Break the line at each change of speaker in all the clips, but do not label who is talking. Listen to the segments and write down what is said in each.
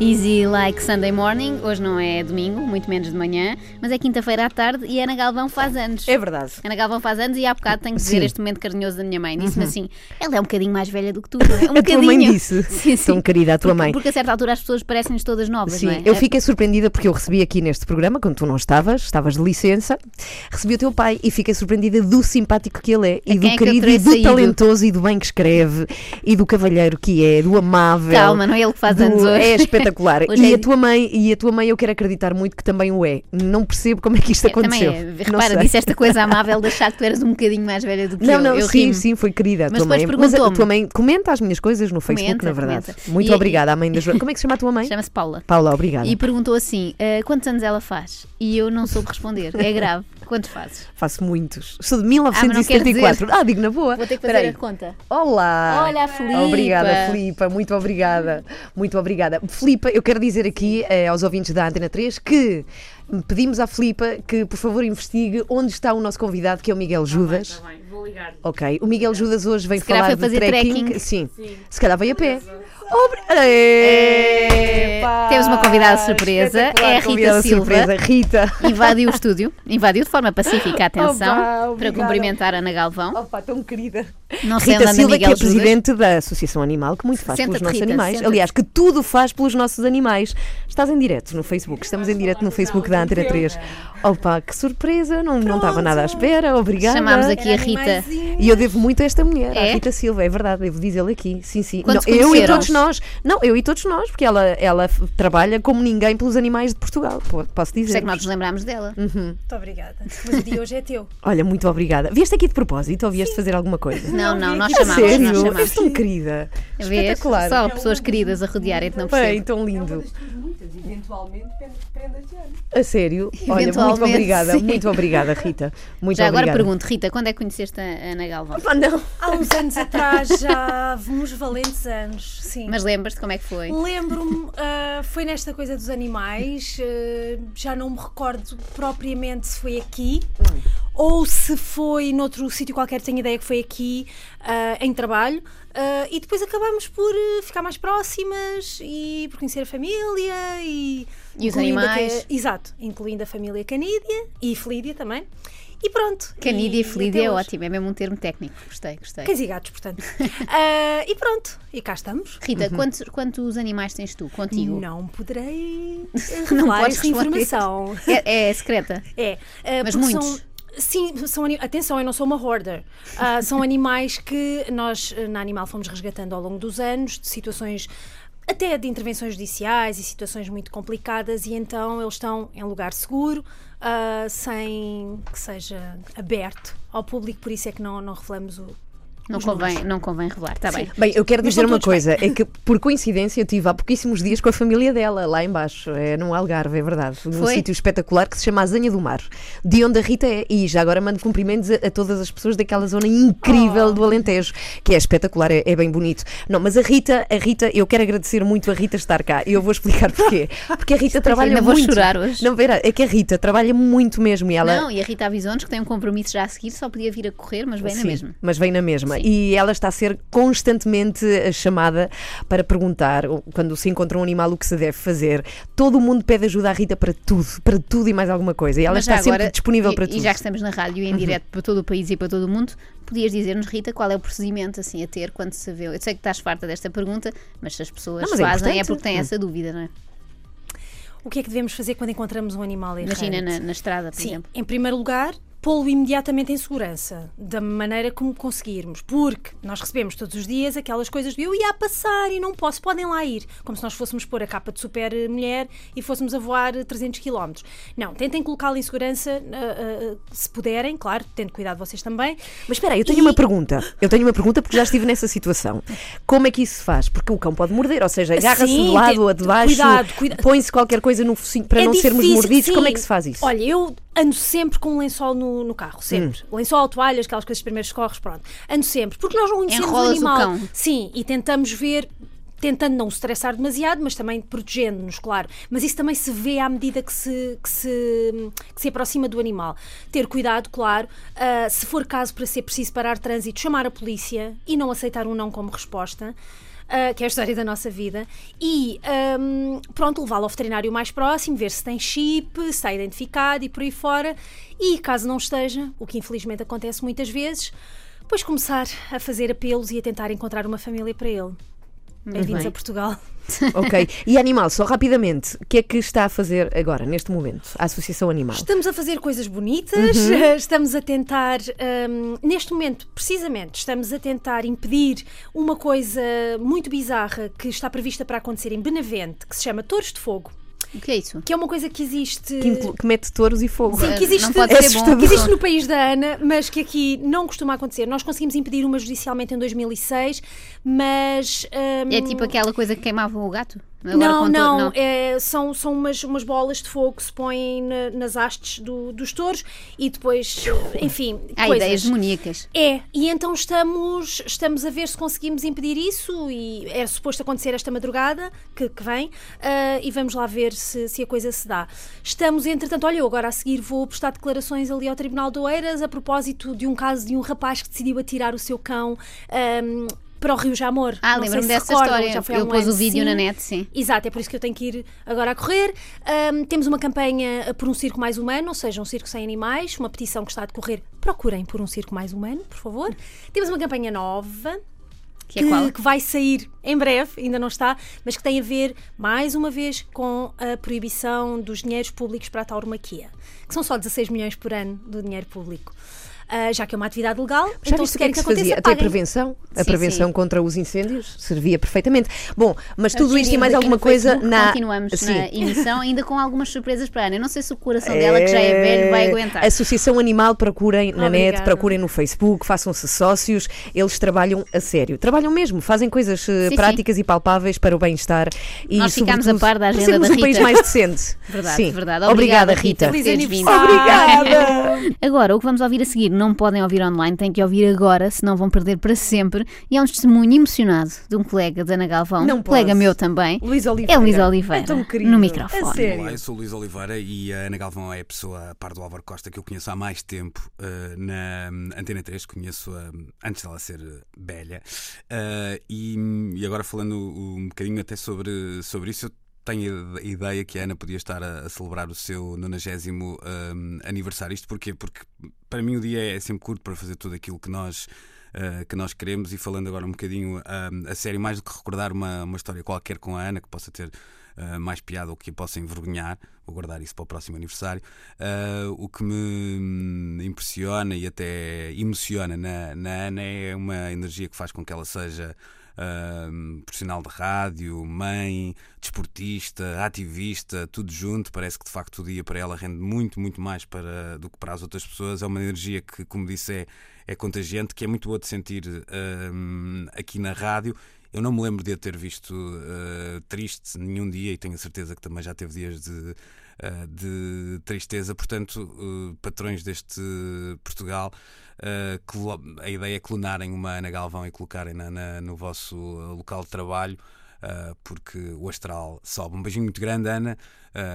Easy like Sunday morning, hoje não é domingo, muito menos de manhã, mas é quinta-feira à tarde e Ana Galvão faz anos.
É verdade.
Ana Galvão faz anos e há bocado tenho que dizer este momento carinhoso da minha mãe. Disse-me assim: ela é um bocadinho mais velha do que tu, não é? Um
Uhum. A tua
bocadinho.
mãe disse.
Sim, sim.
Tão querida, a tua
porque,
mãe.
Porque a certa altura as pessoas parecem-nos todas novas,
Sim,
não é?
eu fiquei surpreendida porque eu recebi aqui neste programa, quando tu não estavas, estavas de licença, recebi o teu pai e fiquei surpreendida do simpático que ele é, e
quem
do
é que eu
querido,
terei
e do
saído?
talentoso, e do bem que escreve, e do cavalheiro que é, do amável.
Calma, não é ele que faz
do-
anos hoje.
É espetacular.
Hoje
e
é-
a tua mãe, e a tua mãe eu quero acreditar muito que também o é. Não percebo como é que isto
Eu Também,
aconteceu.
é.
não
repara,
sei.
disse esta coisa amável de achar que tu eras um bocadinho mais velha do que
Não,
eu.
não,
eu
sim,
rimo.
sim, foi querida a
Mas
tua
depois
mãe. Mas a- a
perguntou-me.
tua mãe comenta as minhas coisas no Facebook,
Comenta,
na verdade.
comenta.
Muito
E-
obrigada à mãe da Joana. Como é que se chama a tua mãe?
Chama-se Paula.
Paula, obrigada.
E perguntou assim: "Ah, quantos anos ela faz? E eu não soube responder. É grave. Quantos fazes?
Faço muitos. Sou de
Ah, mas não quero
1974. Ah, digo na boa.
Vou ter que fazer
Espera aí.
a conta.
Olá!
Olha a Filipa.
Obrigada, Filipa, muito obrigada. Muito obrigada. Filipa, eu quero dizer aqui eh, aos ouvintes da Antena 3 que pedimos à Filipa que, por favor, investigue onde está o nosso convidado, que é o Miguel Judas.
Tá bem, vou ligar.
Ok, o Miguel Judas hoje vem
Tá. Se calhar
falar
foi fazer
de trekking.
trekking.
Sim.
Sim.
se calhar veio a pé. Obri- Epá!
Temos uma convidada surpresa,
Espetacular
é a Rita
convidada
Silva.
surpresa, Rita.
Invadiu o estúdio, invadiu de forma pacífica, atenção,
Opa,
para
obrigada.
cumprimentar Ana Galvão.
Opa, tão querida.
Não sei onde
Rita
anda
Silva, que
Miguel
é
Judas.
presidente da Associação Animal, que muito faz
Senta-te,
pelos nossos
Rita,
animais.
senta-te.
Aliás, que tudo faz pelos nossos animais. Estás em direto no Facebook. Estamos em direto no Facebook da Antena 3. Opa, que surpresa! Não, não estava nada à espera. Obrigada.
Chamámos aqui a Rita.
E eu devo muito a esta mulher,
É?
à Rita Silva, é verdade, devo dizê-lo aqui. Sim, sim.
Quando se
eu e
conheceram?
todos nós. Não, eu e todos nós, porque ela, ela f- trabalha como ninguém pelos animais de Portugal, po- posso
Por isso é
dizer.
que nós nos lembrámos dela.
Uhum.
Muito obrigada. Mas o dia hoje é teu.
Olha, muito obrigada. Vieste aqui de propósito ou vieste fazer alguma coisa?
Não, não, nós
vi
A
aqui.
chamámos,
sério?
nós
És
chamámos.
tão querida.
Vês?
Espetacular.
É
É um
Só pessoas queridas a rodearem-te, não
Bem,
percebo.
tão lindo.
Muitas, eventualmente, prendas de ano.
A sério? Olha, muito
Eventualmente,
obrigada,
sim.
muito obrigada, Rita. Muito
Já agora
obrigada.
pergunto, Rita, quando é que conheceste a Ana Galvão?
Pá, não.
Há uns anos atrás, já há uns valentes anos, sim.
Mas lembras-te como é que foi?
Lembro-me, ah, foi nesta coisa dos animais, ah, já não me recordo propriamente se foi aqui
Hum.
ou se foi noutro sítio qualquer, tenho ideia que foi aqui ah, em trabalho. ah, e depois acabámos por ah, ficar mais próximas e por conhecer a família e.
E os
incluindo a ca-
animais.
exato, incluindo a família Canídia e Felídia também. E pronto.
Canídia e Felídia
até
é
hoje.
ótimo, é mesmo um termo técnico. Gostei, gostei.
Cães e gatos, portanto. Ah, e pronto, e cá estamos.
Uhum.
Rita, quantos, quantos animais tens tu contigo?
Não poderei eh,
Não
revelar
podes
esta
responder.
informação.
É, é secreta.
É, eh,
Mas
porque
muitos.
São, sim, são, ani- atenção, eu não sou uma hoarder. Ah, são animais que nós, eh, na Animal, fomos resgatando ao longo dos anos, de situações até de intervenções judiciais e situações muito complicadas, e então eles estão em lugar seguro, ah, sem que seja aberto ao público, por isso é que não, não revelamos o.
Não
os
convém,
números.
não convém revelar, está bem.
Bem, eu quero
Mas
dizer
estão
uma
todos
coisa, é que por coincidência eu estive há pouquíssimos dias com a família dela, lá em baixo, é, no Algarve, é verdade, num
Foi?
sítio espetacular que se chama Azanha do Mar, de onde a Rita é, e já agora mando cumprimentos a, a todas as pessoas daquela zona incrível
Oh.
do Alentejo, que é espetacular, é, é bem bonito. Não, mas a Rita, a Rita, eu quero agradecer muito a Rita estar cá, e eu vou explicar porquê, porque a Rita trabalha
é ainda vou
muito.
chorar hoje.
Não, verá, é que a Rita trabalha muito mesmo, e ela...
Não, e a Rita avisou-nos que tem um compromisso já a seguir, só podia vir a correr, mas bem na
Sim,
mesma.
Mas vem na mesma.
Sim.
E ela está a ser constantemente eh, chamada para perguntar, o- quando se encontra um animal, o que se deve fazer. Todo mundo pede ajuda à Rita para tudo, para tudo e mais alguma coisa. E ela
Mas
está
já
sempre
agora,
disponível
e,
para
e
tudo. Uhum.
já que estamos na rádio e em direto para todo o país e para todo o mundo, podias dizer-nos, Rita, qual é o procedimento assim a ter quando se vê? Eu sei que estás farta desta pergunta, mas se as pessoas
Não, mas é
fazem é,
importante.
porque têm essa dúvida, não é?
O que é que devemos fazer quando encontramos um animal errante?
Imagina na, na estrada, por
Sim,
exemplo.
em primeiro lugar, pô-lo imediatamente em segurança, da maneira como conseguirmos, porque nós recebemos todos os dias aquelas coisas de eu ia a passar e não posso, podem lá ir, como se nós fôssemos pôr a capa de super eh, mulher e fôssemos a voar eh, 300 km. Não, tentem colocá-lo em segurança ah, ah, ah, se puderem, claro, tendo cuidado vocês também.
Mas espera aí, eu tenho
E-
uma pergunta. Eu tenho uma pergunta porque já estive nessa situação. Como é que isso se faz? Porque o cão pode morder, ou seja, agarra-se
Sim,
de lado
tem-
ou de baixo,
cuidado, cuida-
põe-se qualquer coisa no focinho para
É
não sermos
difícil,
mordidos.
sim.
Como é que se faz isso?
Olha, eu ando sempre com um lençol no, no carro, sempre.
Hum.
Lençol, toalhas, aquelas coisas de primeiros socorros, pronto. Ando sempre, porque nós não conhecemos
Enrolas o
o animal.
cão.
Sim, e tentamos ver. Tentando não o estressar demasiado, mas também protegendo-nos, claro. Mas isso também se vê à medida que se, que se, que se aproxima do animal. Ter cuidado, claro. ah, se for caso para ser preciso parar trânsito, chamar a polícia e não aceitar um não como resposta. ah, que é a história da nossa vida, e ahm, pronto, levá-lo ao veterinário mais próximo, ver se tem chip, se está identificado e por aí fora. E caso não esteja, o que infelizmente acontece muitas vezes, pois começar a fazer apelos e a tentar encontrar uma família para ele. Bem-vindos
bem.
a Portugal.
Ok. E animal, só rapidamente, o que é que está a fazer agora, neste momento, a Associação Animal?
Estamos a fazer coisas bonitas,
Uhum.
estamos a tentar, hum, neste momento, precisamente, estamos a tentar impedir uma coisa muito bizarra que está prevista para acontecer em Benavente, que se chama Touros de Fogo,
O que é isso?
que é uma coisa que existe.
Que, inclu- que mete touros e fogo.
Sim,
Eh,
que existe, É
não pode ser bom.
que existe no país da Ana, mas que aqui não costuma acontecer. Nós conseguimos impedir uma judicialmente em 2006, mas. hum,
É tipo aquela coisa que queimava o gato? Agora
não,
com todo-
não, é, são, são umas, umas bolas de fogo que se põem na- nas hastes do- dos touros e depois, enfim,
Há
coisas.
ideias demoníacas.
É, e então estamos, estamos a ver se conseguimos impedir isso e é suposto acontecer esta madrugada que, que vem ah, e vamos lá ver se, se a coisa se dá. Estamos, entretanto, olha, eu agora a seguir vou prestar declarações ali ao Tribunal de Oeiras a propósito de um caso de um rapaz que decidiu atirar o seu cão ahm, para o Rio Jamor.
Ah,
Não sei
lembro-me
se
dessa
recordam,
história.
já foi há
Eu
um
pus o
ano,
vídeo na
sim.
net, sim.
Exato, é por isso que eu tenho que ir agora a correr. Ahm, temos uma campanha por um circo mais humano, ou seja, um circo sem animais, uma petição que está a decorrer. Procurem por um circo mais humano, por favor. Temos uma campanha nova.
Que é qual?
que vai sair em breve, ainda não está, mas que tem a ver, mais uma vez, com a proibição dos dinheiros públicos para a tauromaquia, que são só 16 milhões por ano do dinheiro público. Ah, já que é uma atividade legal,
Já
então
viste
se
o que é
querem
que
que,
se
aconteça,
fazia? Até a
paguem.
prevenção,
Sim,
a prevenção
sim.
contra os incêndios servia perfeitamente. Bom, mas tudo isto e mais
Aqui no
alguma coisa
Facebook
na.
Continuamos né?
Sim.
na emissão, ainda com algumas surpresas para a Ana. Eu não sei se o coração dela, que já é velho, vai aguentar.
Associação Animal, procurem na net,
Obrigada.
procurem no Facebook, façam-se sócios, eles trabalham a sério. Trabalham mesmo, fazem coisas eh,
sim.
práticas e palpáveis para o bem-estar e
Nós ficámos
sobretudo,
a par da
para
agenda
sermos
da
um país
Rita.
mais decente.
Verdade,
Sim.
verdade.
Obrigada, Rita.
Feliz
teres vindo.
aniversário.
Obrigada!
Agora, o que vamos ouvir a seguir, não podem ouvir online, têm que ouvir agora, senão vão perder para sempre. E é um testemunho emocionado de um colega da Ana Galvão, um
Não
colega
posso.
meu também.
Luís
É
Oliveira.
Luís Oliveira.
É tão querido.
no
A
microfone.
sério.
Olá, eu sou o Luís Oliveira e a Ana Galvão é a pessoa, a par do Álvaro Costa, que eu conheço há mais tempo eh, na hum, Antena 3, conheço-a hum, antes dela ser eh, velha. Eh, e, e agora falando um bocadinho até sobre, sobre isso, eu tenho a ideia que a Ana podia estar a, a celebrar o seu 90 hum, aniversário. Isto porquê? Porque para mim o dia é sempre curto para fazer tudo aquilo que nós uh, que nós queremos. E falando agora um bocadinho um, a sério, mais do que recordar uma, uma história qualquer com a Ana, que possa ter uh, mais piada ou que a possa envergonhar, vou guardar isso para o próximo aniversário. uh, o que me hum, impressiona e até emociona na, na Ana é uma energia que faz com que ela seja. um, profissional de rádio, mãe, desportista, ativista, tudo junto. Parece que de facto o dia para ela rende muito, muito mais para, do que para as outras pessoas. É uma energia que, como disse, é, é contagiante, que é muito boa de sentir hum, aqui na rádio. Eu não me lembro de a ter visto uh, triste nenhum dia e tenho a certeza que também já teve dias de, uh, de tristeza. Portanto, uh, patrões deste Portugal, uh, clo- a ideia é clonarem uma Ana Galvão e colocarem-na na- no vosso uh, local de trabalho, uh, porque o astral sobe. Um beijinho muito grande, Ana,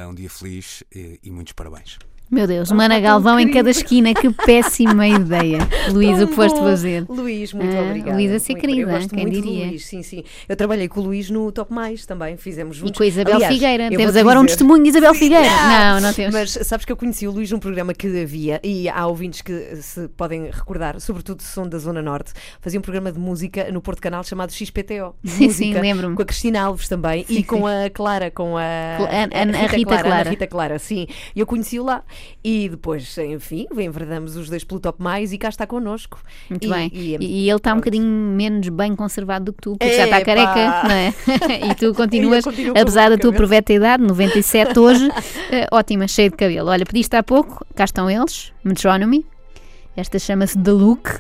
uh, um dia feliz e- e muitos parabéns.
Meu Deus, uma Ana Galvão em cada esquina, que péssima ideia. Luís, o que foste fazer?
Luís, muito
Ah,
obrigada.
Luís a ser
Muito-
querida,
eu gosto
quem
muito
diria?
Do Luís, sim, sim. Eu trabalhei com o Luís no Top Mais também, fizemos
E
juntos.
com a Isabel
Aliás,
Figueira.
eu
Temos
vou-te
agora um
dizer-
testemunho de Isabel Figueira. Não, não temos.
Mas sabes que eu conheci o Luís num programa que havia, e há ouvintes que se podem recordar, sobretudo se são da Zona Norte, fazia um programa de música no Porto Canal chamado XPTO.
Sim,
música,
sim, lembro-me.
Com a Cristina Alves também e com a Clara, com a,
Cla- a- a- a Rita
Clara,
Clara.
Ana Rita Clara, sim. E eu conheci-o lá. E depois, enfim, enverdamos os dois pelo Top Mais e cá está connosco.
Muito
E-
bem.
e- é
E, e ele está um bocadinho menos bem conservado do que tu, porque já está
Epá.
careca, não é? E tu continuas,
continuo com
apesar da
muito
tua
cabelo.
proveta idade, 97 hoje, eh, ótima, cheia de cabelo. Olha, pediste há pouco, cá estão eles, Metronomy. Esta chama-se The Look.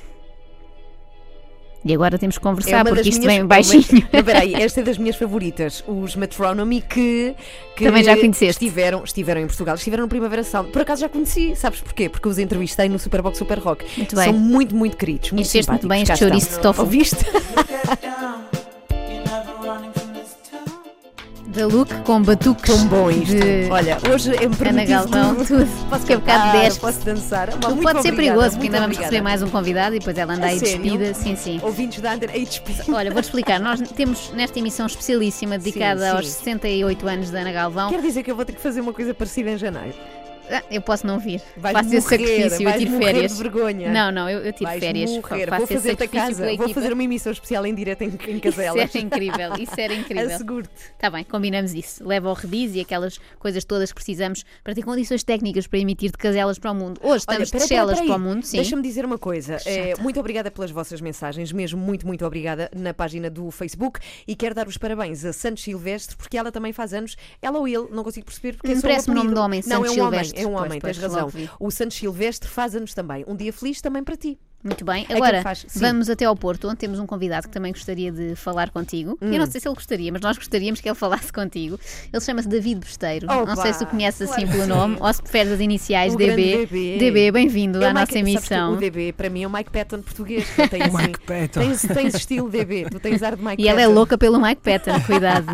E agora temos que
É
conversar,
uma das
porque isto
minhas-
vem baixinho.
Não, peraí, esta é das minhas favoritas, os Metronomy que, que
Também já conheceste.
Estiveram, estiveram em Portugal, estiveram no Primavera Sound. Por acaso já conheci, sabes porquê? Porque os entrevistei no Superbox Super Rock.
Muito
São
bem.
muito, muito queridos. Muito
Encheste muito
simpáticos.
bem
Cá
este chouriço
estão.
de tofu.
Ouviste?
down. You're never running from this town.
da Luke com batuques.
Tão bom isto.
De
Olha, hoje é um
Ana Galvão, tudo.
Posso
Que é um bocado
cantar,
deste.
posso dançar. Opa,
Não
muito
pode ser
obrigada,
perigoso, porque
muito
ainda vamos
obrigada.
receber mais um convidado e depois ela anda
A
aí
sério?
despida. Sim, sim. é.
Ouvintes da Under HP.
Olha, vou-te explicar. Nós temos nesta emissão especialíssima dedicada
sim.
aos 68 anos da Ana Galvão.
Quer dizer que eu vou ter que fazer uma coisa parecida em janeiro.
Ah, Eu posso não vir.
Vais
faço esse
morrer,
sacrifício, eu
vais
tiro
morrer
férias.
de vergonha.
Não, não, eu, eu tiro
Vais
Tipo férias.
morrer.
Faço
Vou
esse
fazer-te a
sacrifício
casa.
pela
Vou
equipa.
fazer uma emissão especial em direto em, em caselas.
Isso era incrível, isso era incrível.
Asseguro-te.
Está bem, combinamos isso. Leva ao rediz e aquelas coisas todas que precisamos para ter condições técnicas para emitir de caselas para o mundo. Hoje estamos
peraí,
de celas
peraí,
para o
peraí.
mundo, sim.
Deixa-me dizer uma coisa. Eh,
chata.
muito obrigada pelas vossas mensagens, mesmo muito, muito obrigada na página do Facebook. E quero dar os parabéns a Santos Silvestre, porque ela também faz anos. Ela ou ele, não consigo perceber porque
Não
é só um
parece o nome
apelido.
do homem,
Não,
Santos
é um homem,
Silvestre.
é um
Pois,
homem,
pois,
tens razão.
logo vi.
O Santos Silvestre faz anos também. Um dia feliz também para ti.
Muito bem.
É que
Agora,
faz, sim.
vamos até ao Porto, onde temos um convidado que também gostaria de falar contigo.
Hum.
Eu não sei se ele gostaria, mas nós gostaríamos que ele falasse contigo. Ele chama-se David Besteiro.
Opa!
Não sei se o conheces assim pelo nome ou se preferes as iniciais
O grande
DB.
DB.
bem-vindo
É
à
o
nossa
Mike- sabes que
emissão.
O DB, para mim, é o Mike Patton português. que Tem assim,
Mike Patton.
Tens, tens estilo DB, tu tens ar de Mike
E ela é
Patton.
louca pelo Mike Patton, cuidado.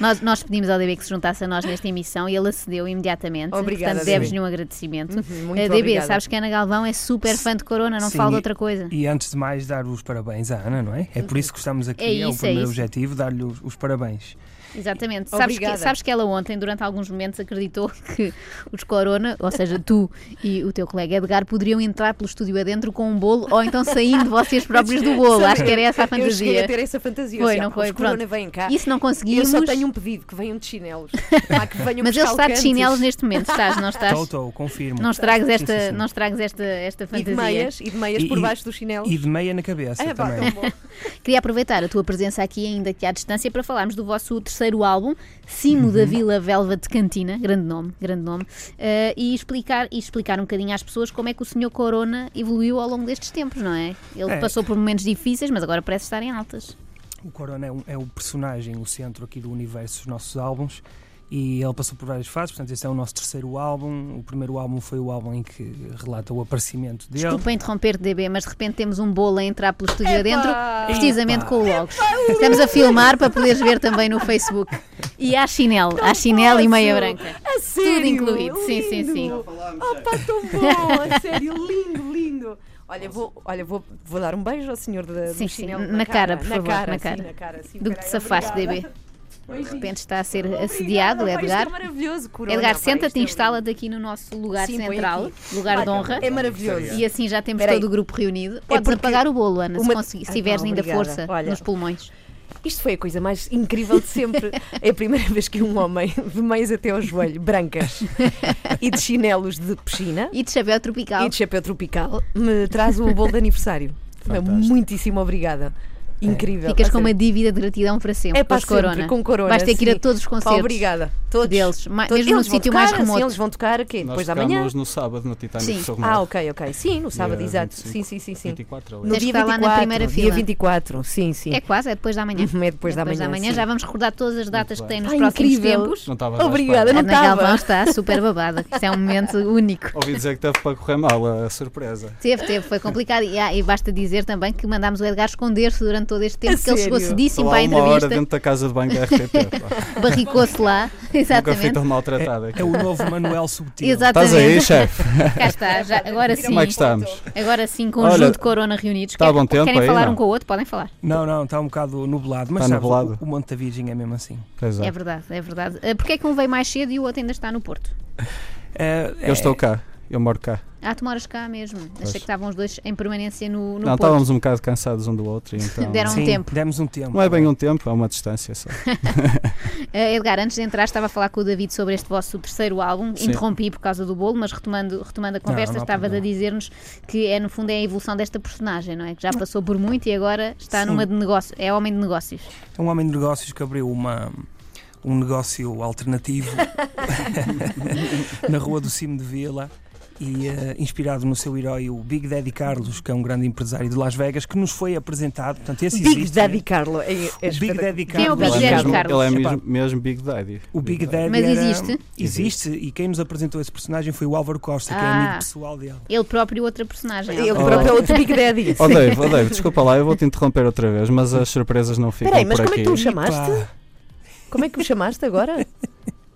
nós, nós pedimos ao DB que se juntasse a nós nesta emissão e ele acedeu imediatamente.
Obrigada,
Portanto,
DB.
deves-lhe um agradecimento.
muito
Eh, DB,
obrigada.
sabes que a Ana Galvão é super fã de Corona, não
Sim,
fala de
e-
outra coisa.
E antes de mais, dar os parabéns à Ana, não é? É por isso que estamos aqui,
É
é,
isso, é
o primeiro
isso.
objetivo, dar-lhe os, os parabéns.
Exatamente. Sabes que,
Obrigada.
sabes que ela ontem, durante alguns momentos, acreditou que os Corona, ou seja, tu e o teu colega Edgar, poderiam entrar pelo estúdio adentro com um bolo ou então saindo vocês próprios do bolo.
Sabe,
Acho que era essa a
Eu cheguei
fantasia.
a ter essa fantasia.
Foi,
assim,
não
"Ah,
foi?
Os corona
Pronto.
vêm cá.
Isso não
E eu
conseguimos.
só tenho um pedido, que venham de chinelos. Pá, que venham
Mas ele
buscar
está de
alcances.
chinelos neste momento, estás? Não estás?
Estou, estou, confirmo.
Não estragues
Sim, sim,
esta,
sim.
não estragues esta, esta
E de
fantasia.
meias, e de meias
E-
por
e-
baixo dos chinelos.
E de meia na cabeça
É,
Ah, pá,
também.
tão bom.
Queria aproveitar a tua presença aqui, ainda que à distância, para falarmos do vosso terceiro álbum, Cimo da Vila Velva de Cantina, grande nome, grande nome, eh, e, explicar, e explicar um bocadinho às pessoas como é que o Senhor Corona evoluiu ao longo destes tempos, não é? Ele
É.
passou por momentos difíceis, mas agora parece estar em altas.
O Corona é, um- é o personagem, o centro aqui do universo dos nossos álbuns e ele passou por várias fases, portanto este é o nosso terceiro álbum. O primeiro álbum foi o álbum em que relata o aparecimento dele.
Desculpa interromper-te, DB, mas de repente temos um bolo a entrar pelo estúdio adentro, precisamente
Epá!
com o Logos. Estamos a filmar para poderes ver também no Facebook. E há chinelo, há chinelo e meia branca.
A sério?
incluído, sim, sim,
Lindo.
sim.
Opa, tão bom, a sério, lindo, lindo. Olha, vou, olha, vou, vou dar um beijo ao senhor da, do
Sim, sim,
chinelo.
na cara, por
na
favor,
Cara,
na
sim,
cara.
na cara, sim,
Do que te
peraí,
safaste,
obrigada.
DB. De repente está a ser assediado,
Obrigada, pá,
Edgar.
Isto é maravilhoso, Corona.
Edgar,
pá,
senta-te
isto
e
é
instala-te aqui no nosso lugar
Sim, põe
central,
aqui.
lugar de
Olha,
honra.
É maravilhoso.
E assim já temos
Peraí.
todo o grupo reunido. Podes
É porque
apagar o bolo, Ana, se,
uma-
consegui- se
Ai,
tiveres
pá,
ainda
obrigada.
força
Olha.
nos pulmões.
Isto foi a coisa mais incrível de sempre. É a primeira vez que um homem, de meias até ao joelho, brancas e de chinelos de piscina
E de chapéu tropical.
e de chapéu tropical, me traz o bolo de aniversário.
Fantástico.
Muitíssimo obrigada. Incrível.
É. Ficas
a
com uma
sério.
dívida de gratidão para sempre.
é para
com os corona.
sempre, com corona.
Vais ter que ir
sim.
a todos os
Pá,
concertos.
obrigada. Todos.
Deles, ma- mesmo no
Todos. Eles vão
sítio
tocar,
mais
sim,
remoto.
eles vão tocar o quê?
Nós
Depois da manhã?
tocámos no sábado no Titanic
Sim.
de São
Ah,
Romero.
ok, ok. Sim, no sábado,
Dia
exato.
25,
Sim, sim, sim, sim.
24, aliás.
No
Tens
dia
que estar lá
24,
na primeira
dia
fila.
24, sim, sim.
É quase, é depois da manhã.
É depois da manhã, sim.
Já vamos recordar todas as datas que
bem.
tem nos
Ai,
próximos
incrível.
tempos.
Não estava
Obrigada, Eu não
Ana Galvão
tava.
está super babada. Isto é um momento único.
Ouvi dizer que teve para correr mal a surpresa.
Teve, teve, foi complicado. E, ah, e basta dizer também que mandámos o Edgar esconder-se durante todo este tempo,
A
que ele chegou
sério?
cedíssimo
Estou
para
há
a
uma hora
entrevista,
dentro da casa de banho da RTP. pá.
barricou-se lá.
Nunca fui
Exatamente.
tão maltratado aqui.
É o novo Manuel Subtil.
Exatamente.
Estás aí, chefe?
Cá está, já- agora sim.
Como é que estamos?
Agora sim, conjunto
Olha,
de corona reunidos.
está
Querem-
bom tempo
Querem
aí,
falar
não?
um com o outro? Podem falar.
Não, não, está um bocado nublado, mas
Está
sabes,
nublado.
O, o Monte da Virgem é mesmo assim.
Pois é.
É verdade, é verdade. Ah, Porquê é que um veio mais cedo e o outro ainda está no Porto?
É-
um
é-
Eu estou cá. Eu moro cá.
Ah, tu moras cá mesmo. Achei que estavam os dois em permanência no, no
não,
Porto.
estávamos um bocado cansados um do outro. e Então...
Deram- um
Sim,
tempo.
Demos um tempo.
Não é bem um tempo, é uma distância só.
Ah, Edgar, antes de entrar, estava a falar com o David sobre este vosso terceiro álbum.
Sim.
Interrompi por causa do bolo, mas retomando, retomando a conversa,
não há
estavas a
problema.
dizer-nos que é, no fundo, é a evolução desta personagem, não é? Que já passou por muito e agora está
Sim.
numa de negócio. É homem de negócios.
É um homem de negócios que abriu uma, um negócio alternativo na rua do Cimo de Vila e eh, inspirado no seu herói, o Big Daddy Carlos, que é um grande empresário de Las Vegas, que nos foi apresentado. Portanto, esse
Big
existe,
Daddy
né?
Carlo. É, é
O Big
espetacular.
Daddy
Quem é o Big
Carlos.
ele é,
Daddy
mesmo,
Carlos.
ele é
Epá,
mesmo, mesmo Big Daddy.
O Big Daddy
Mas
era-
existe?
Existe, e quem nos apresentou esse personagem foi o Álvaro Costa, que é
Ah.
amigo pessoal dele.
Ele próprio, outra personagem.
Ele
Álvaro.
próprio é outro Big Daddy.
Oh Dave, oh Dave, desculpa lá, eu vou-te interromper outra vez, mas as surpresas não ficam
Peraí, mas
por
como é que
aqui.
tu me chamaste?
Pá.
Como é que o chamaste agora?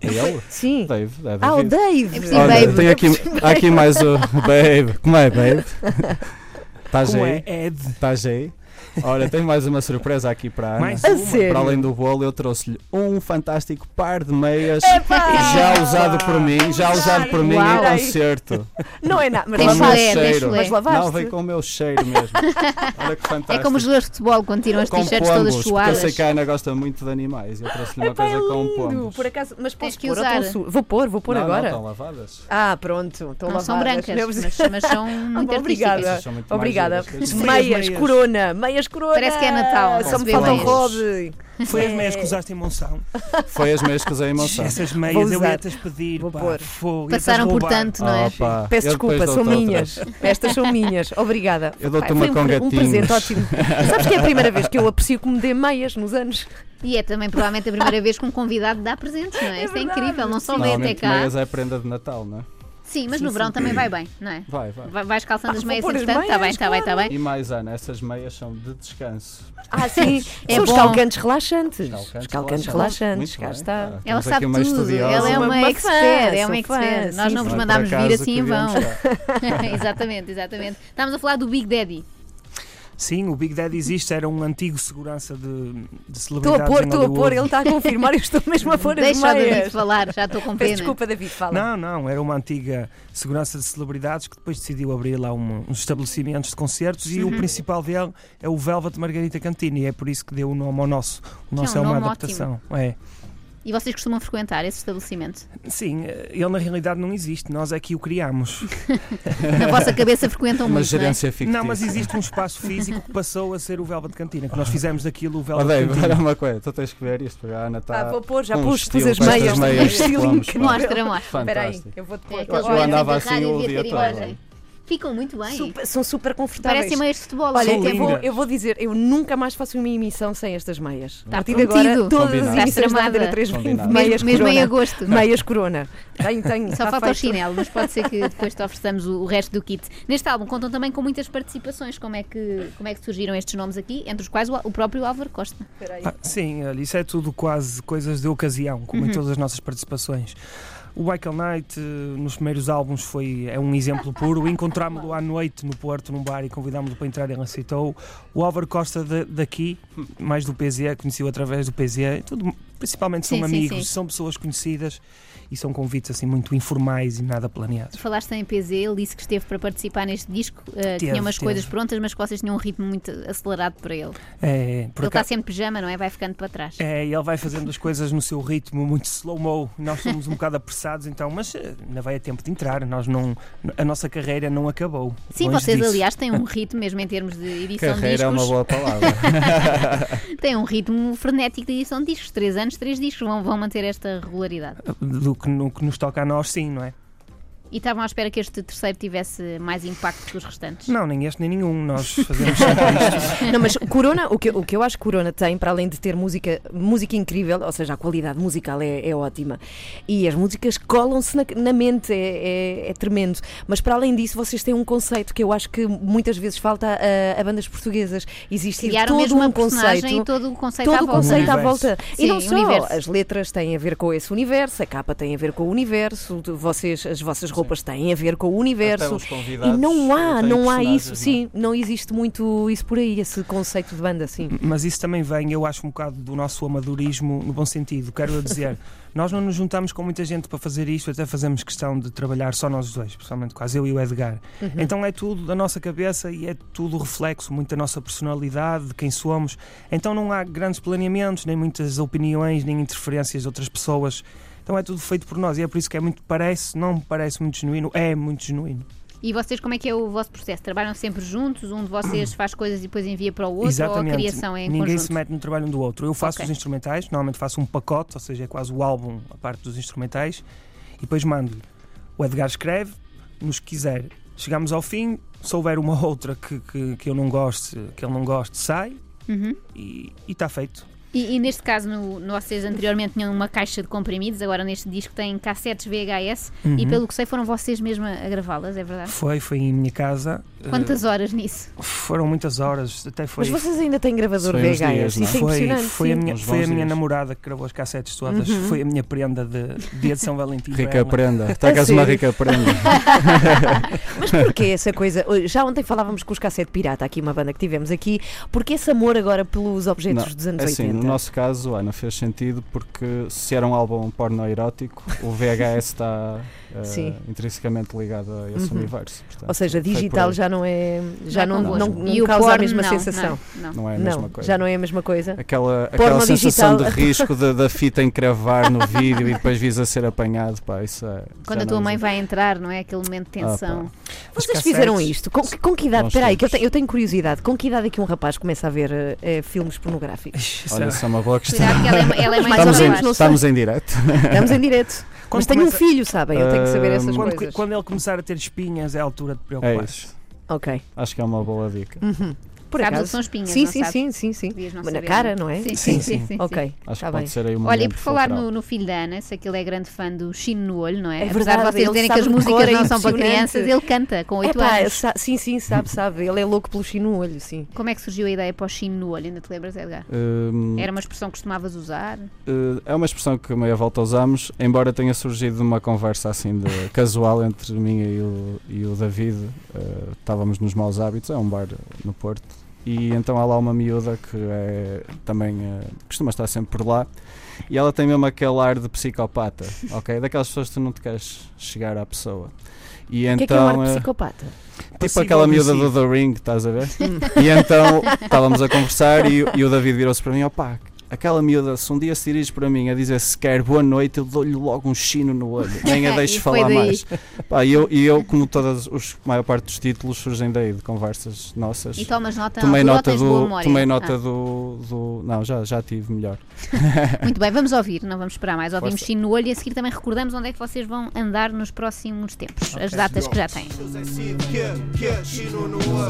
É ele?
Sim.
Dave, é
Ah, o
David.
Dave!
É preciso
Olha,
Babe.
Tem aqui, há aqui mais o. Babe, como é, Tá Babe? Estás
Como
aí?
é, Ed?
Ah,
Estás aí? Tá Olha, tenho mais uma surpresa aqui para a Ana.
Mais
A
uma.
sério?
Para além do bolo, eu trouxe-lhe um fantástico par de meias
Epá!
já usado por mim, já usado por mim
Uau.
em concerto.
Não é nada, mas
Com
Tem
o meu
lavaste.
chulé, tem
cheiro.
chulé.
Mas lavaste.
Não, vem com o meu cheiro mesmo. Olha que fantástico.
É como os jogadores de futebol quando tiram as
Com
t-shirts todas
pombos, porque Eu
suadas.
sei que a Ana gosta muito de animais. Eu trouxe-lhe uma
Epá, é
coisa com
lindo,
pombos.
Por acaso, mas
Tens
posso
que
pôr, ou
usar.
tão su- Vou pôr, vou pôr
não, tá
agora.
Não, estão lavadas.
Ah, pronto, estão
Não
lavadas.
são brancas,
não é preciso-
mas, mas são muito
bom, obrigada.
artísticas.
Essas são muito mais
Obrigada.
giras.
Sim.
Meias,
Meias.
corona, meias, corona.
Parece que é Natal,
Só me
receber
falta um o
meias.
Rob.
Foi as meias que usaste em Monção.
Foi as meias que usei em Monsanto.
Essas
Vou
meias eu
usar.
ia-te as pedir,
Vou
pá.
pôr.
Fogo, ia-te as
Passaram por
roubar.
tanto, não é?
é Opa,
Peço
Ah, eu
desculpa,
depois
são
dou-te outras.
minhas. Estas são minhas. Obrigada.
Eu dou-te
Ai,
uma
foi um,
com
pre- um
gatinhos.
presente ótimo. Sabes que é a primeira vez que eu aprecio que me dê meias nos anos.
E é também provavelmente a primeira vez que um convidado dá presentes, não é? Isso é
verdade.
incrível, não só vem até
Normalmente
cá.
meias é prenda de Natal, não é?
Sim, mas no verão também vai bem, não é?
Vai, vai.
Vai- Vais calçando as
vou
meias
pôr as
entretanto, está bem,
meias,
está bem, está bem.
E mais, Ana, essas meias são de descanso.
Ah, sim.
É
São os
bom.
calcantes relaxantes.
Calcantes
Os calcantes
relaxantes.
relaxantes.
Muito
Cá
bem.
está.
Ah,
Ela
temos
sabe
aqui uma
tudo,
estudiosa.
ela é uma,
Uma- uma
expert,
fã,
é uma
sou fã,
expert. Nós
sim,
não vos
Não é por
mandámos vir
acaso
assim
que
em vão.
viemos cá.
exatamente, exatamente. Estávamos a falar do Big Daddy.
Sim, o Big Daddy existe, era um antigo segurança de, de
Estou
celebridades.
a pôr,
em
estou a pôr.
Hollywood.
Ele está a confirmar. Eu estou mesmo a pôr as
Deixa o David
meias.
falar, já estou com
Peço
pena.
desculpa, David. Fala.
Não, não, era uma antiga segurança de celebridades que depois decidiu abrir lá um- uns estabelecimentos de concertos e o
Uhum.
principal dele é o Velvet Margarita Cantina e é por isso que deu o nome ao nosso. O
é
nosso é,
um
uma
nome
adaptação. É.
E vocês costumam frequentar esse estabelecimento?
Sim, eh, ele na realidade não existe, nós é que o criamos.
Na vossa cabeça frequentam
Uma
muito, não é?
gerência fictícia.
Não, mas existe um espaço físico que passou a ser o Velvet Cantina, que nós fizemos daquilo o
Oh,
Velvet
Dave,
Cantina.
olha uma coisa, tu tens que ver isto, porque a Ana
é
tá
Pá,
está.
vou pôr. Já
com
pus, pus
estilo,
as
com estas
meias. Um
meias
estilo
vamos, pá.
incrível.
Mostra, mostra.
Espera aí.
Fantástica.
Eu vou-te
É
pôr.
aqueles
Eu
olhos
andava
da
assim
rádio
o
devia
dia
ter
todo.
imagem. Ficam muito bem.
Super- são super confortáveis.
Parecem meias de futebol.
Olha,
São
eu vou,
lindas.
eu vou dizer, eu nunca mais faço uma emissão sem estas meias.
Está
a partir de agora,
prometido.
todas
Combinado.
as emissões da
Estás
Madeira
tramada.
3 vêm de
Combinado.
meias
Tá mesmo, mesmo em
corona.
agosto.
Meias corona. Tenho, tenho.
Só
tá
falta o
feito.
chinelo, mas pode ser que depois te ofereçamos o, o resto do kit. Neste álbum contam também com muitas participações. Como é que, como é que surgiram estes nomes aqui, entre os quais o, o próprio Álvaro Costa?
Espera aí.
Ah, sim, olha, isso é tudo quase coisas de ocasião, como
Uhum.
em todas as nossas participações. O Michael Knight, eh, nos primeiros álbuns, foi, é um exemplo puro. Encontrámo-lo à noite no Porto, num bar, e convidámo-lo para entrar e ele aceitou. O Álvaro Costa, da- daqui, mais do PZ, conheci-o através do PZ. Tudo, principalmente são
Sim, sim,
amigos,
sim.
são pessoas conhecidas e são convites assim muito informais e nada planeados.
Falaste em PZ, ele disse que esteve para participar neste disco, eh, que
Teve,
tinha umas
teve.
coisas prontas, mas que vocês tinham um ritmo muito acelerado para ele.
É, por
ele está
acaso,
sempre de pijama, não é? Vai ficando para trás.
é, ele vai fazendo as coisas no seu ritmo, muito slow-mo. Nós somos um bocado apressados, então, mas eh, ainda vai a tempo de entrar. Nós não, a nossa carreira não acabou.
Sim,
Longe
vocês
disso.
aliás têm um ritmo, mesmo em termos de edição
Carreira
de
é uma
discos,
boa palavra.
têm um ritmo frenético de edição de discos. Três anos, três discos, vão, vão manter esta regularidade.
do que no que nos toca a nós, sim, não é?
E estavam à espera que este terceiro tivesse mais impacto que os restantes.
Não, nem este nem nenhum. Nós fazemos sempre isto.
Não, mas o Corona, o que, o que eu acho que Corona tem, para além de ter música, música incrível, ou seja, a qualidade musical é, é ótima, e as músicas colam-se na, na mente, é, é- é tremendo. Mas para além disso, vocês têm um conceito que eu acho que muitas vezes falta a, a bandas portuguesas. Existe
Criaram
todo
mesmo a
um
personagem
conceito.
e todo o conceito à
Todo o
volta.
conceito à
Universo.
volta. e
Sim,
não só,
universo.
as letras têm a ver com esse universo, a capa tem a ver com o universo, de- vocês, as vossas roupas têm a ver com o
Até
universo.
os
E
convidados
não há,
têm
não há
personagens,
isso,
não é?
sim, não existe muito isso por aí, esse conceito de banda, sim.
Mas isso também vem, eu acho, um bocado do nosso amadorismo no bom sentido. Quero eu dizer, nós não nos juntamos com muita gente para fazer isto, até fazemos questão de trabalhar só nós dois, principalmente quase eu e o Edgar.
Uhum.
Uhum.
Então é tudo da nossa cabeça e é tudo reflexo, muito da nossa personalidade, de quem somos. Então não há grandes planeamentos, nem muitas opiniões, nem interferências de outras pessoas. Então é tudo feito por nós e é por isso que é muito, parece, não parece muito genuíno, é muito genuíno.
E vocês, como é que é o vosso processo? Trabalham sempre juntos? Um de vocês faz coisas e depois envia para o outro? Ou a
Exatamente.
criação é em
Ninguém se
conjunto?
mete no trabalho um do outro. Eu faço
Ok.
os instrumentais, normalmente faço um pacote, ou seja, é quase o álbum, a parte dos instrumentais, e depois mando-lhe. O Edgar escreve, nos quiser. Chegamos ao fim, se houver uma outra que, que, que eu não goste, que ele não goste, sai
Uhum.
e está feito.
E, e neste caso, no, no- vocês anteriormente tinham uma caixa de comprimidos, agora neste disco tem cassetes VHS e
Uhum.
pelo que sei foram vocês mesmo a, a gravá-las, é verdade?
Foi, foi em minha casa, eh,
Quantas horas nisso?
Foram muitas horas, até foi.
Mas vocês ainda têm gravador
Foi
VHS,
uns dias, não é?
isso é
Foi,
impressionante.
foi, a
sim.
minha,
Uns
foi a
bons
minha
dias.
namorada que gravou as cassetes todas,
Uhum.
foi a minha prenda de dia de São Valentim. para
Rica
ela.
prenda. Tragas
A
uma
sério?
rica prenda.
Mas porquê essa coisa? Já ontem falávamos com os Cassete Pirata, aqui uma banda que tivemos aqui, porque esse amor agora pelos objetos
Não,
dos anos
É Assim,
80?
no nosso caso, Ana, fez sentido porque se era um álbum porno erótico, o VHS está eh,
Sim.
intrinsecamente ligado a esse
Uhum.
universo. portanto,
Ou seja,
foi por
digital
aí.
já não é. Já não,
é
não,
convosco.
não
E o
causa a
porno,
mesma
não,
sensação.
Não, não.
não é a mesma coisa.
já não é a mesma coisa.
Aquela,
Porno
aquela sensação
digital.
de risco da, da fita encravar no vídeo e depois vis a ser apanhado, pá, isso é.
Quando
já
a tua
não
mãe
existe.
vai entrar, não é? Aquele momento de
Ah, pá.
tensão.
Os
Vocês fizeram
cassetes,
isto? Com, que- com que idade?
Nós
Espera aí, que eu
temos.
tenho, eu tenho curiosidade. Com que idade é que um rapaz começa a ver eh, eh, filmes pornográficos?
isso
Olha,
era-
isso é uma boa questão.
Cuidado que ela é, ela é mais
Estamos
ou
em,
jovem.
menos, não sei.
estamos em direto.
Estamos em direto. Mas
Quando
tenho um
começa-
filho, sabem? Eu tenho que saber essas
Hum,
quando,
coisas.
quando ele começar a ter espinhas, é a altura de
É
preocupar.
isso.
Ok.
Acho que é uma boa dica.
Uhum. Por
Sabes o que
acaso.
são espinhas,
sim,
não
sim,
sabes?
sim, sim, sim.
Podias não
Na
saber,
cara,
não
não é?
Sim,
Sim,
sim,
sim.
sim, sim.
Ok.
Acho
Tá
que pode
bem.
ser aí uma
Olha, e por falar no, no filho da Ana, se aquele é grande fã do Chino no Olho, não é?
É
Apesar
verdade,
de vocês
ele
dizerem que
sabe
as
de
músicas
cor, é
não são para
impressionante.
crianças, ele canta com 8
Epá,
anos.
sa- sim, sim, sabe, sabe. Ele é louco pelo chino no olho, sim.
Como é que surgiu a ideia para o Chino no Olho? Ainda te lembras, Edgar?
Hum,
Era uma expressão que costumavas usar?
Eh, É uma expressão que meia volta usamos, embora tenha surgido de uma conversa assim de casual entre mim e o, e o David. Eh, estávamos nos maus hábitos, é um bar no Porto. E então há lá uma miúda que é, também eh, costuma estar sempre por lá. E ela tem mesmo aquele ar de psicopata, ok? Daquelas pessoas que tu não te queres chegar à pessoa. E
O que é que é um
então.
ar
eh,
psicopata?
Tipo aquela miúda do The Ring, estás a ver?
Hum.
e então estávamos a conversar e, e o David virou-se para mim: opá, aquela miúda, se um dia se dirige para mim a dizer se quer boa noite, eu dou-lhe logo um chino no olho, nem a
E
deixo
foi
falar
daí.
mais. Pá, e, eu, e eu, como todas os- a maior parte dos títulos, surgem daí de conversas nossas.
E tomas nota
Tomei
na altura ou
nota,
tens tá, boa
do,
memória?
tomei nota
Ah,
do, do. Não, já, já tive melhor.
Muito bem, vamos ouvir, não vamos esperar mais. Ouvimos
Força.
Chino no Olho e a seguir também recordamos onde é que vocês vão andar nos próximos tempos. As datas que já têm. é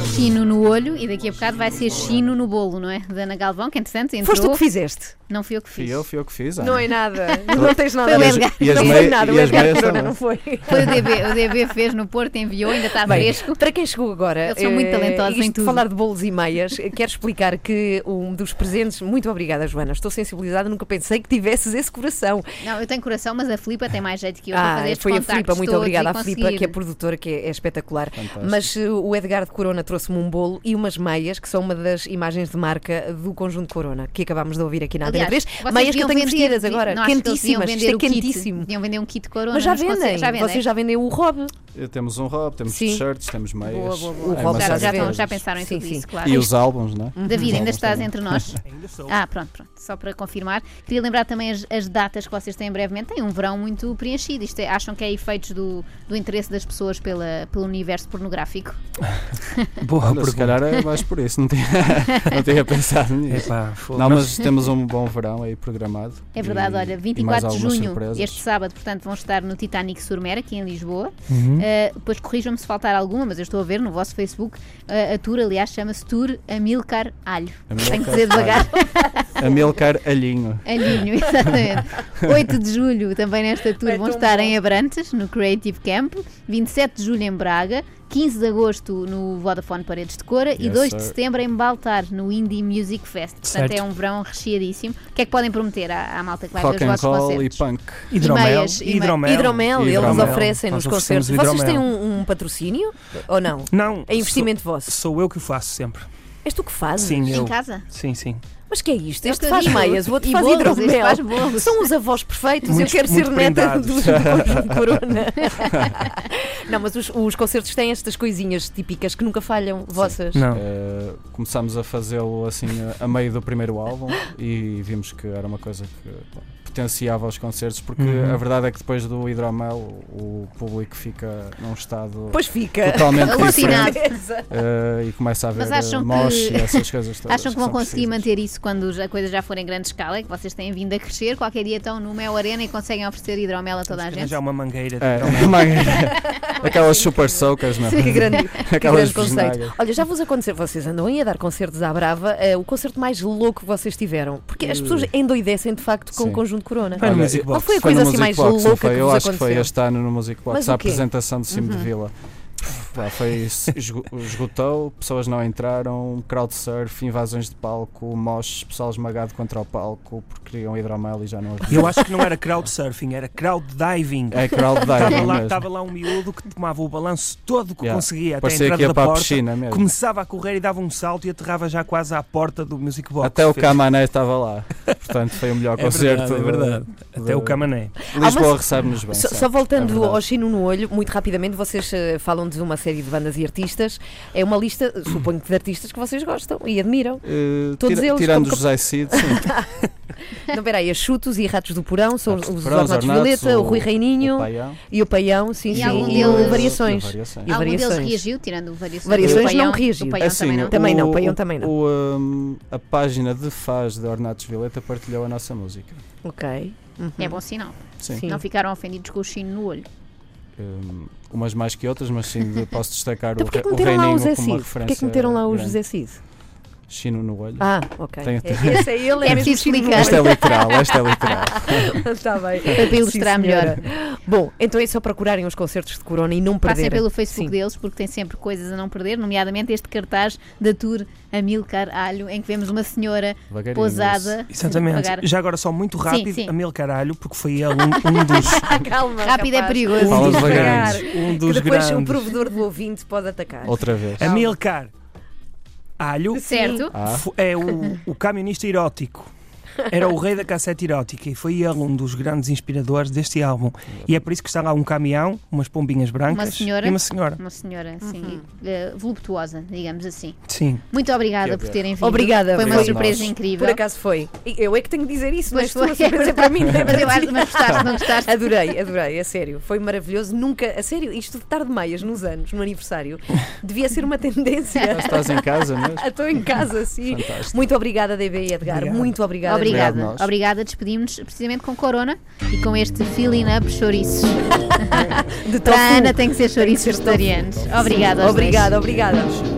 Chino no Olho e daqui a bocado vai ser Chino no Bolo, não é? Da Ana Galvão, que entretanto entrou.
Foste tu que fizeste.
Não fui eu que
Fui
fiz.
eu, fui eu que fiz.
Não
Ana.
é nada. Não tens nada.
Foi o
E as-
Edgar.
e as
Não
meias-
foi nada.
e
O
as meias
Edgar Corona
também.
não foi.
Foi o DB, o DB fez no Porto, enviou, ainda está
Bem,
fresco.
Para quem chegou agora,
Eles são muito
eh,
talentosos
isto
em
de
tudo.
falar de bolos e meias, eh, quero explicar que um dos presentes, muito obrigada, Joana, estou sensibilizada, nunca pensei que tivesses esse coração.
Não, eu tenho coração, mas a Filipa tem mais jeito que eu para
ah,
fazer estes
foi a
contactos
Filipa, muito
todos
obrigada
e
à Filipa, que é
conseguir.
produtora, que é, é espetacular.
Fantástico.
Mas eh, o Edgar de Corona trouxe-me um bolo e umas meias, que são uma das imagens de marca do conjunto Corona, que acabámos de ouvir aqui na Antena
Aliás,
3.
vocês
Meias que
deviam
eu tenho
vender-
vestidas
devi-
agora,
não, acho que eles deviam
quentíssimas, isto
vender
é
o kit,
quentíssimo.
Deviam vender um kit corona.
Mas já
nos concertos.
vendem,
Já vendem.
vocês já vendem o Rob.
Eh, Temos um rob, temos
Sim.
t-shirts, temos meias.
Boa, boa, boa.
O
é
Rob
uma
já, já,
já
série de
vende.
estão-
coisas.
já pensaram em
Sim,
tudo
sim. Uhum.
isso, claro. Uhum.
E os álbuns, não é?
David, ainda
Os álbuns
estás
também.
entre nós?
Ainda sou.
Ah, pronto, pronto. Só para confirmar. Queria lembrar também as, as datas que vocês têm brevemente. Tem um verão muito preenchido. Isto é- acham que é efeitos do, do interesse das pessoas pela, pelo universo pornográfico?
Boa
Olha, se
pergunta.
calhar é mais por isso, não tinha, não tinha pensado nisso.
Epá, fogo.
Não, mas temos um bom verão aí programado.
É verdade,
E-
olha,
e mais
24 de
algumas
junho,
surpresas.
este sábado, portanto, vão estar no Titanic Surmer, aqui em Lisboa.
Uhum.
Uh, depois corrijam-me se faltar alguma, mas eu estou a ver no vosso Facebook. uh, a tour, aliás, chama-se Tour Amilcar Alho.
Amilcar
Tenho que dizer devagar.
Amilcar Alhinho.
Alhinho, exatamente. 8 de julho, também nesta tour, vão estar em Abrantes, no Creative Camp. 27 de julho, em Braga. 15 de agosto, no Vodafone Paredes de Cora. e
Yes,
2 de
sir.
setembro, em Baltar, no Indie Music Fest. Portanto,
Certo.
é um verão recheadíssimo. O que é que podem prometer à, à malta que vai
Rock
ver
and
os vossos
roll e
concertos?
punk.
Hidromel,
meias, e
hidromel,
Hidromel, eles
Hidromel.
oferecem
Nós
nos
oferecemos
concertos. Vocês têm
hidromel.
um, um patrocínio ou não?
Não.
É investimento vosso.
Sou, sou eu que o faço sempre.
És tu que fazes?
Sim, eu.
Em casa?
Sim, sim.
Mas que é isto?
Eu
Este
te
faz
digo.
meias, o outro
E
faz
bolos, este
hidromel.
faz bolos.
São os avós perfeitos.
Muitos-
eu quero ser
muito
neta do, do
brindados.
conjunto Corona. não, mas os, os concertos têm estas coisinhas típicas que nunca falham, vossas.
Não.
Eh, começámos a fazê-lo assim a- a meio do primeiro álbum e vimos que era uma coisa que pá, potenciava os concertos, porque
Uhum.
a verdade é que depois do Hidromel o público fica num estado
Pois
é.
fica.
totalmente
Alucinado.
diferente eh, e começa a haver
Mas acham
eh, mosh
que-
e essas coisas todas.
Acham que vão
são
conseguir
precisas.
manter isso quando já- a coisa já for em grande escala, É que vocês têm vindo a crescer? Qualquer dia estão no Mel Arena e conseguem oferecer hidromel a toda a gente?
Já uma mangueira. de
É,
hidromel.
uma- aquelas super soakers, não é?
Que grande, que
Aquelas
grande conceito.
bisnagas.
Olha, já vos aconteceu, vocês andam aí a dar concertos à brava, eh, o concerto mais louco que vocês tiveram. Porque
Hum.
as pessoas endoidecem de facto com o
Sim.
conjunto Corona.
Foi no
Olha,
Music
Qual
Box.
foi a
Foi
coisa
no
assim
Music
mais
Box, não
louca
foi?
que
Eu
vos
acho que foi
aconteceu?
este ano no Music Box,
Mas o Uhum.
a
quê?
apresentação do Cimo de Vila. Pá, foi, es- esgo- esgotou, pessoas não entraram, crowdsurf, invasões de palco, mosh, pessoal esmagado contra o palco porque queriam hidromel e já não havia.
Eu acho que não era crowdsurfing, era crowddiving.
É crowddiving
Estava lá,
mesmo.
estava lá um miúdo que tomava o balanço todo que
Yeah.
conseguia até a
Parecia que
entrada
ia
da
para a
porta.
piscina mesmo.
Começava a correr e dava um salto e aterrava já quase à porta do Music Box.
Até o
Fez-
Camané estava lá. Portanto, foi o melhor
É verdade,
concerto.
é
da-
verdade. Até
da-
o Camané.
Lisboa recebe-nos bem.
Só,
sim.
só voltando
É verdade.
ao chino no olho, muito rapidamente, vocês eh, falam de uma série de bandas e artistas. É uma lista, suponho que de artistas que vocês gostam e admiram.
Eh,
Todos
tira-
eles
tirando
como-
o José Cid, sim.
Não, peraí, a Chutos e Ratos do Porão, são os,
Ratos do
os
Porão, os
Ornatos
Ornatos,
Violeta, o,
o-
Rui Reininho
o Paião.
e o Paião, sim,
E
sim,
algum
e
deles- é
o Variações.
E o Variações.
E o
Algum deles
Variações.
reagiu, tirando o variações.
Variações
O Paião-
não reagiu.
O Paião
Assim,
também não.
o-
Também não, Paião também não.
o, hum, a página de faz de Ornatos Violeta partilhou a nossa música.
Ok. Uhum.
É bom sinal.
Sim.
Sim.
Não ficaram ofendidos com o chino no olho.
Hum, umas mais que outras, mas sim de- posso destacar
Então
o,
porquê
re,
que
o
meteram lá o
Reininho
Zé
como uma
Cid?
referência.
Porquê que meteram lá o
grande.
José Cid?
Chino no olho.
Ah, ok.
Tem- tem-
É- Esse é ele, é,
É
mesmo
preciso
Chino no
explicar.
Esta é literal, esta é literal.
Está bem.
Para ilustrar
Sim,
melhor.
senhora. Bom, então é só procurarem os concertos de Corona e não
Passem
perderem.
pelo Facebook
Sim.
deles, porque tem sempre coisas a não perder, nomeadamente este cartaz da Tour Amilcar Alho, em que vemos uma senhora
Devagarinho,
pousada.
Exatamente.
devagar.
Já agora só muito rápido,
sim.
a Mel Caralho, porque foi ele um, um dos,
Ah,
Calma,
Rápido é
rapaz.
perigoso.
Fala
um dos
devagar.
grandes. Um
Que
dos
depois o
grandes.
provedor do ouvinte pode atacar.
Outra vez.
A Mel Car Alho
Certo?
Ah,
Fo- É o, o camionista erótico. Era o rei da cassete erótica e foi ele um dos grandes inspiradores deste álbum. E é por isso que está lá um caminhão, umas pombinhas
Uma
brancas
senhora.
e uma senhora.
Uma senhora, assim, eh, voluptuosa, digamos assim.
Sim.
Muito obrigada
Que
por
bom.
terem vindo.
Obrigada,
Foi uma
foi.
surpresa
Nós.
incrível.
Por acaso foi. E Eu é que tenho de dizer isso,
Pois
mas foi uma
foi.
surpresa para mim. não é
Mas eu
para ti.
acho, mas gostaste, não gostaste?
Adorei, adorei, a sério. Foi maravilhoso. Nunca, a sério, isto de tarde meias nos anos, no aniversário, devia ser uma tendência.
estás em casa mesmo?
Estou em casa, sim.
Fantástico.
Muito obrigada, DB e Edgar.
Obrigado.
Muito
Obrigada.
obrigada.
Obrigado, nós.
Obrigada, despedimos-nos precisamente com Corona e com este filling up chouriços.
De
Para a
tofu.
Ana tem que ser chouriços vegetarianos. Obrigada aos dois.
Obrigada, obrigada.